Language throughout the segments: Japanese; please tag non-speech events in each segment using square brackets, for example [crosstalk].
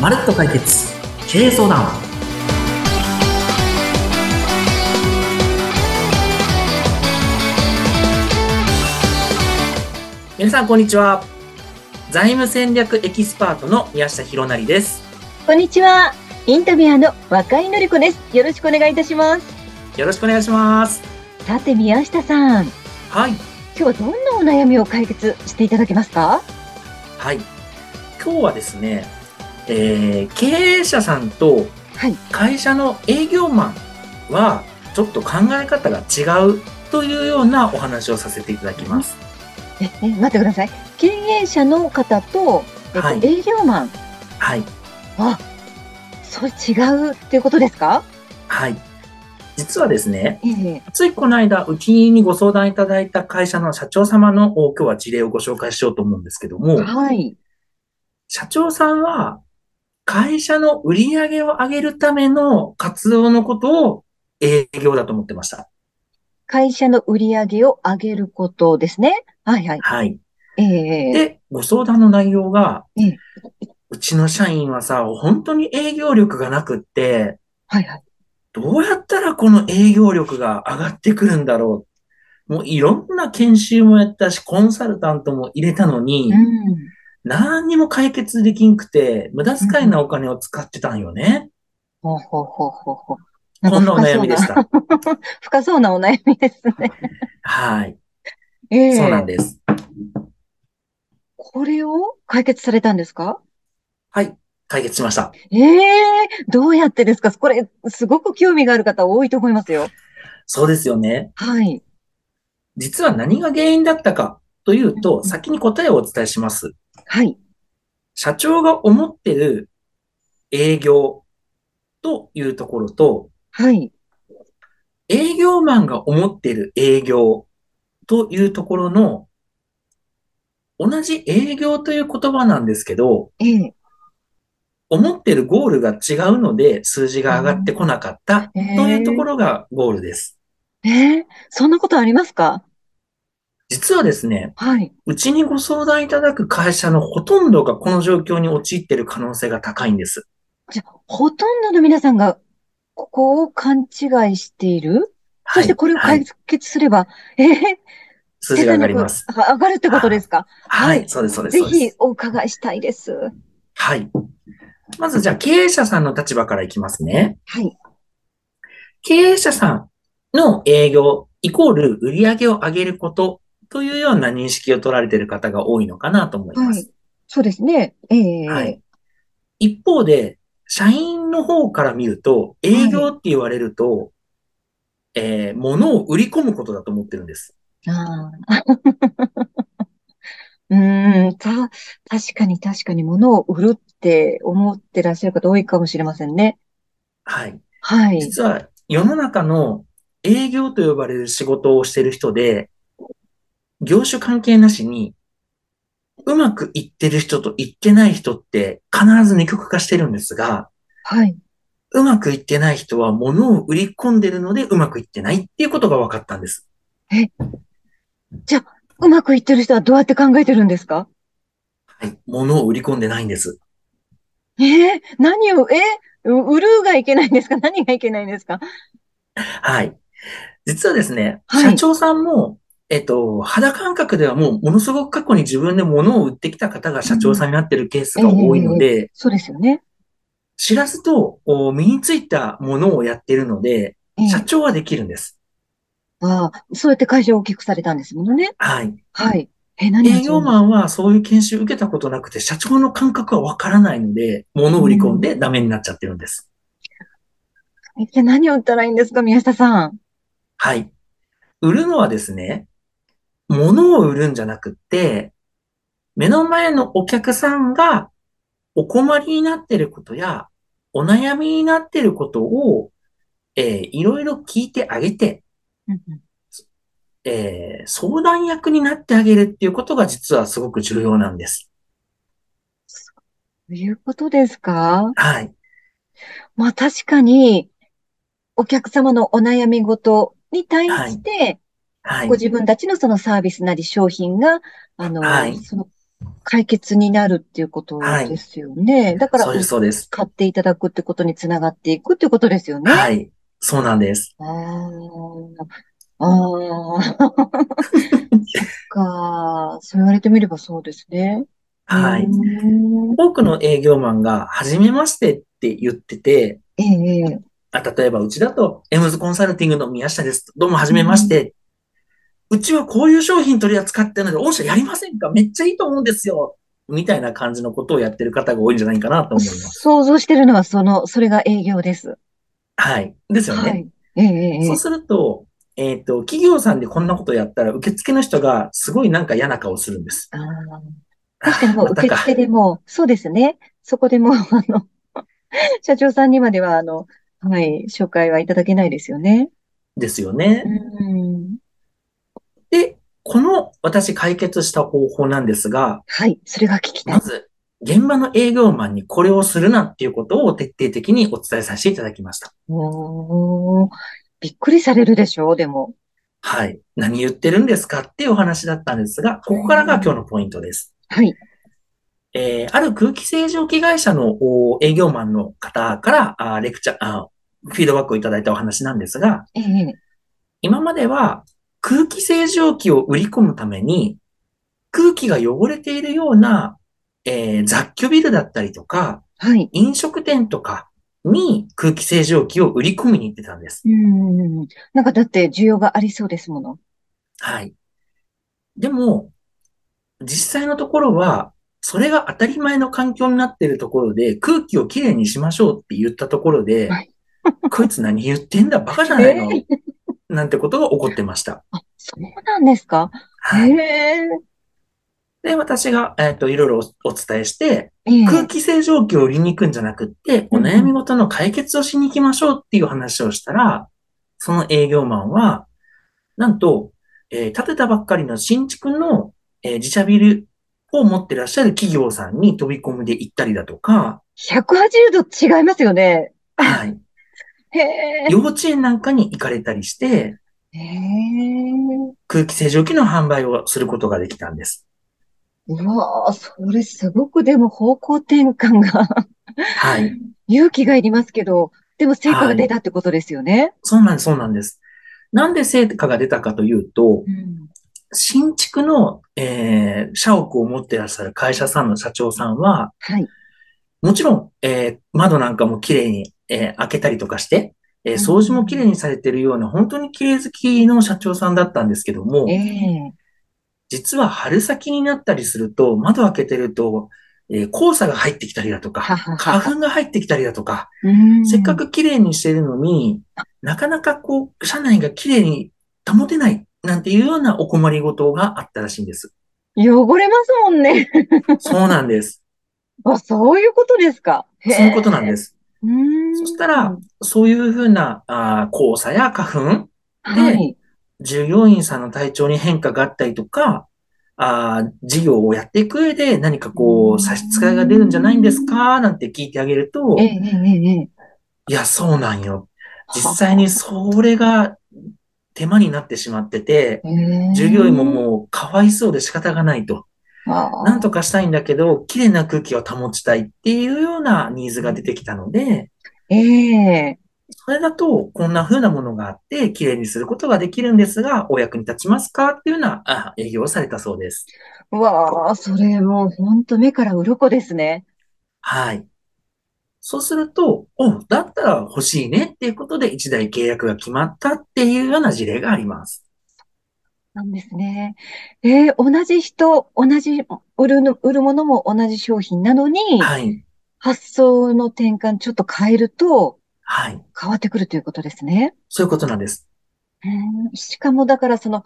まるっと解決経営相談皆さんこんにちは財務戦略エキスパートの宮下博成ですこんにちは。インタビュアーの若井のり子です。よろしくお願いいたします。よろしくお願いしますさて、宮下さん。今はい日はどんなお悩みを解決していただけますかはい今日はですね、えー経営者さんとはい会社の営業マンはちょっと考え方が違うというようなお話をさせていただきます。え、え待ってください。経営者の方と、えっとはい営業マンはいは、そう違うっていうことですかはい。実はですね、ええついこの間、うちにご相談いただいた会社の社長様のお今日は事例をご紹介しようと思うんですけども、はい。社長さんは会社の売り上げを上げるための活動のことを営業だと思ってました。会社の売り上げを上げることですね。はいはい。はい。ええで、ご相談の内容がええ、うちの社員はさ、本当に営業力がなくって、はいはい。どうやったらこの営業力が上がってくるんだろう。もういろんな研修もやったし、コンサルタントも入れたのにう、ん。何にも解決できんくて、無駄遣いなお金を使ってたんよね。ほうほうほうほうほう。こんなお深そう悩みでした。深そうなお悩みですね。はい。ええそうなんです。これを解決されたんですかはい。解決しました。ええどうやってですかこれ、すごく興味がある方多いと思いますよ。そうですよね。はい。実は何が原因だったかといううと、ん先に答えをお伝えします。はい。社長が思ってる営業というところと、はい。営業マンが思ってる営業というところの、同じ営業という言葉なんですけど、ええ思ってるゴールが違うので数字が上がってこなかったええというところがゴールです。ええそんなことありますか実はですね、はい。うちにご相談いただく会社のほとんどがこの状況に陥っている可能性が高いんです。ほとんどの皆さんが、ここを勘違いしているはそしてこれを解決すれば、ええ数字が上がります。手が上がるってことですかははいい、そうです、そうです。ぜそうでひすお伺いしたいです。ははい。まずじゃあ経営者さんの立場からいきますね。い。経営者さんの営業イコール売り上げを上げることというような認識を取られている方が多いのかなと思いまはすい。。そうですね。ええはい。一方で、社員の方から見ると、営業って言われると、えー物を売り込むことだと思ってるんです。ああ。うーん、た、確かに確かに物を売るって思ってらっしゃる方多いかもしれませんね。はい。はい。実は、世の中の営業と呼ばれる仕事をしてる人で、業種関係なしに、うまくいってる人といってない人って必ず二極化してるんですが、はい。うまくいってない人は物を売り込んでるのでうまくいってないっていうことが分かったんです。うまくいってる人はどうやって考えてるんですかはい。物を売り込んでないんです。えー何を、えー売るがいけないんですか何がいけないんですかはい。実はですね、はい社長さんも、えっと、肌感覚ではもうものすごく過去に自分で物を売ってきた方が社長さんになってるケースが多いので、そうですよね。知らずとお身についたものをやってるので、えー社長はできるんです。ああ、そうやって会社を大きくされたんですものね。はい。はい。えー何が営業マンはそういう研修受けたことなくて、社長の感覚はわからないので、物を売り込んでダメになっちゃってるんです。一体何を売ったらいいんですか宮下さん。はい。売るのはですね、物を売るんじゃなくって、目の前のお客さんがお困りになってることや、お悩みになってることを、えーいろいろ聞いてあげて、うんうんえー相談役になってあげるっていうことが実はすごく重要なんです。どういうことですかはい。まあ確かに、お客様のお悩み事に対して、はいご。自分たちのそのサービスなり商品が、あの、はいその解決になるっていうことはでい。すよね。だから、そうです、そうです。買っていただくってことにつながっていくっていうことですよね。はい。そうなんです。あーあ [laughs] ー、そっか。そう言われてみればそうですね。うはい。ーん。多くの営業マンが、初めましてって言ってて、ええ、あ、例えばうちだと、エムズコンサルティングの宮下です。どうも、はうじめましん。て。うちはこういう商品取り扱ってるので、御社やりませんかめっちゃいいと思うんですよ。みたいな感じのことをやってる方が多いんじゃないかなと思います。想像してるのはその、それが営業です。はい。ですよはね。い。ええ、そうえすると、えっと、企業さんでこんなことやったら、受付の人がすごいなんか嫌な顔するんです。ああー。確かにあもあ、うまた受付か。でも、そうですね。そこでもう、あの、 [laughs] 社長さんにまでは、あの、はい、紹介はいただけないですよね。ですようね。ん。で、この私解決した方法なんですが、はい、それが聞きたまい。ず、現場の営業マンにこれをするなっていうことを徹底的にお伝えさせていただきました。おー、びっくりされるでしょう、でも。はい。何言ってるんですかっていうお話だったんですが、うここからが今日んのポイントです。はい。えー、ある空気清浄機会社のお営業マンの方から、あー、レクチャー、あー、フィードバックをいただいたお話なんですが、ええ、今までは空気清浄機を売り込むために、空気が汚れているような、えー雑居ビルだったりとか、はい。飲食店とかに空気清浄機を売り込みに行ってたんです。うん。なんかだって需要がありそうですもの。はい。でも、実際のところは、それが当たり前の環境になっているところで、空気をきれいにしましょうって言ったところで、はい。こいつ何言ってんだ、バカじゃないの、 [laughs] ええ、なんてことが起こってました。あ、そうなんですか。へはい。え、で、私が、えっと、いろいろおお伝えして、え空え、気清浄機を売りに行くんじゃなくって、うおん悩うみん。ごとの解決をしに行きましょうっていう話をしたら、その営業マンは、なんと、えー建てたばっかりの新築の、えー自社ビルを持ってらっしゃる企業さんに飛び込みで行ったりだとか、 180度違いますよね。はい。へえ、幼稚園なんかに行かれたりして、へえ。空気清浄機の販売をすることができたんです。うわあ、それすごくでも方向転換がはい。勇気がいりますけど、でも成果はが出い。たってことですよね。そうなんです、そうなんです。なんで成果が出たかというと、うん。新築の、えー社屋を持ってらっしゃる会社さんの社長さんは、はい。もちろん、えー窓なんかも綺麗に、えー開けたりとかして、えーう掃除も綺麗ん。にされてるような、本当に綺麗好きの社長さんだったんですけどえも、え。実は春先になったりすると、窓開けてると、えー黄砂が入ってきたりだとはか、はは花は。粉が入ってきたりだとか、うせっかん。く綺麗にしてるのに、なかなかこう、車内が綺麗に保てないなんていうようなお困りごとがあったらしいんです。汚れますもんね。そうなんです。あ、そういうことですか。へそういうことなんでえ。す。うそしたら、ん。そういうふうな、あー、黄砂や花粉はで、い。従業員さんの体調に変化があったりとか、あー、事業をやっていく上で何かうこう、差し支えが出るんじゃないんですん。かなんて聞いてあげるええ、と、ええ、ええ。いや、そうなんよ。は実際には。それが手間になってしまってて、え従業員もえ。もうかわいそうで仕方がないと。なんあとあ。かしたいんだけど、綺麗な空気を保ちたいっていうようなニーズが出てきたので、ええ。それだと、こんな風なものがあって、綺麗にすることができるんですが、お役に立ちますかっていうような、あ、営業をされたそうです。うわあ、それもうほんと目から鱗ですね。はい。そうすると、お、だったら欲しいねっていうことで、一台契約が決まったっていうような事例があります。なんですね。えー同じ人、同じ、売るの、売るものも同じ商品なのに、はい。発想の転換ちょっと変えるとはい。変わってくるということですね。そういうことなんです。うんしかもだからその、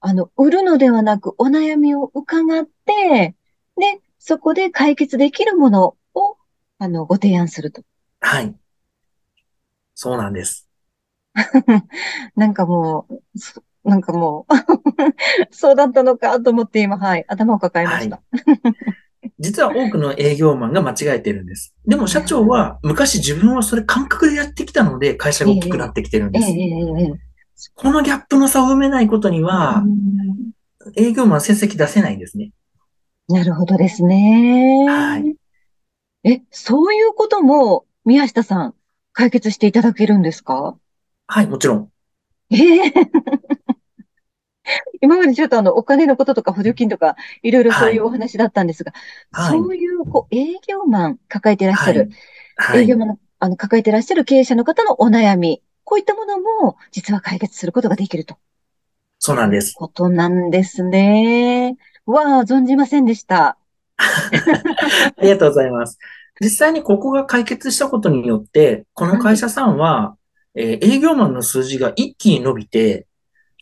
あの、売るのではなくお悩みを伺って、で、そこで解決できるものを、あの、ご提案すると。はい。そうなんです。なんかもう、そなんかもうそう [laughs] だったのかと思って今、はい、頭を抱えまはしい。た。実は多くの営業マンが間違えてるんです。でもい社や長は昔自分はそれ感覚でやってきたので会社えがえ、大きくなってきてるんええ、でええ、す。ええ。ええこのギャップの差を埋めないことにうはん営業マン成績出せないんですね。なるほどですね。はい。え、そういうことも、宮下さん、解決していただけるんですかはい、もちろん。ええ [laughs] 今までちょっとあの、お金のこととか補助金とか、いろいろそうはいい、うお話だったんですが、はそい、ういう、こう、営業マン抱えていらっしゃはる、い、は営業い。マンの、あの、抱えていらっしゃる経営者の方のお悩み、こういったものも、実は解決することができるとそういなんでうす。 [laughs] ことなんですね。わあ、存じませんでした。ありがとうございます。実際にここが解決したことによって、このは会い。社さんは、えー営業マンの数字が一気に伸びて、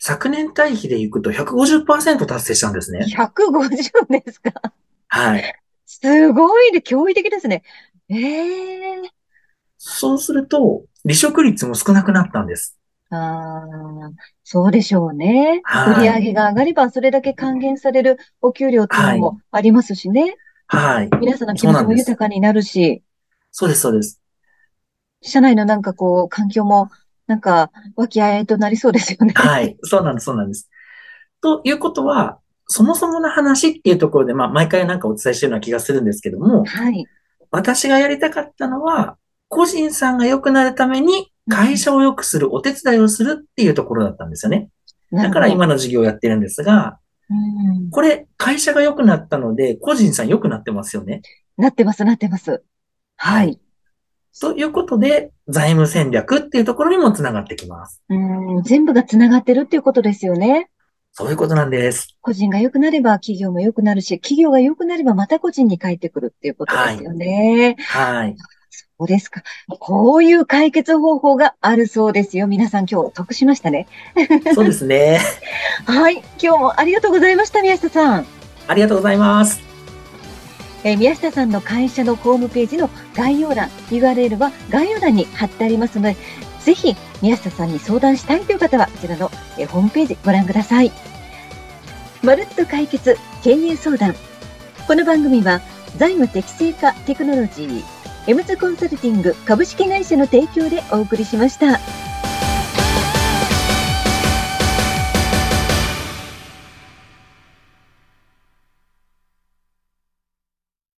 昨年対比でいくと150%達成したんですね。 150ですかはい。すごいね、驚異的ですね。ええそうすると、離職率も少なくなったんです。ああ、そうでしょうね。売りは上い。げが上がれば、それだけ還元されるお給料っていうのはい。もありますしね。はい。皆さんの気そう持ちなんもで豊す。かになるし、そうです、そうです。社内のなんかこう、環境も、なんか、和気あいあいとなりそうですよね。はい。 [laughs] そうなんです、そうなんです。ということは、そもそもの話っていうところで、まあ、毎回なんかお伝えしてるような気がするんですけども、はい。私がやりたかったのは、個人さんが良くなるためにう会ん社を良くするお手伝いをするっていうところだったんですよね。なだるかほらど。今の事業をやってるんですが、うん。これ、会社が良くなったので、個人さん良くなってますよね。なってます、なってます。ははい。い。ということで、財務戦略っていうところにもつながってきます。うん、全部が繋がってるっていうことですよね。そういうことなんです。個人が良くなれば企業も良くなるし、企業が良くなればまた個人に返ってくるっていうことではすい。よね。はい。そうですか。こういう解決方法があるそうですよ。皆さん今日得しましたね。そうですね。はい。今日もありがとうございました、宮下さん。ありがとうございます。えー宮下さんの会社のホームページの概要欄、URL は概要欄に貼ってありますので、ぜひ宮下さんに相談したいという方は、こちらのえーホームページご覧ください。まるっと解決経営相談。この番組は財務適正化テクノロジー、エムズコンサルティング株式会社の提供でお送りしました。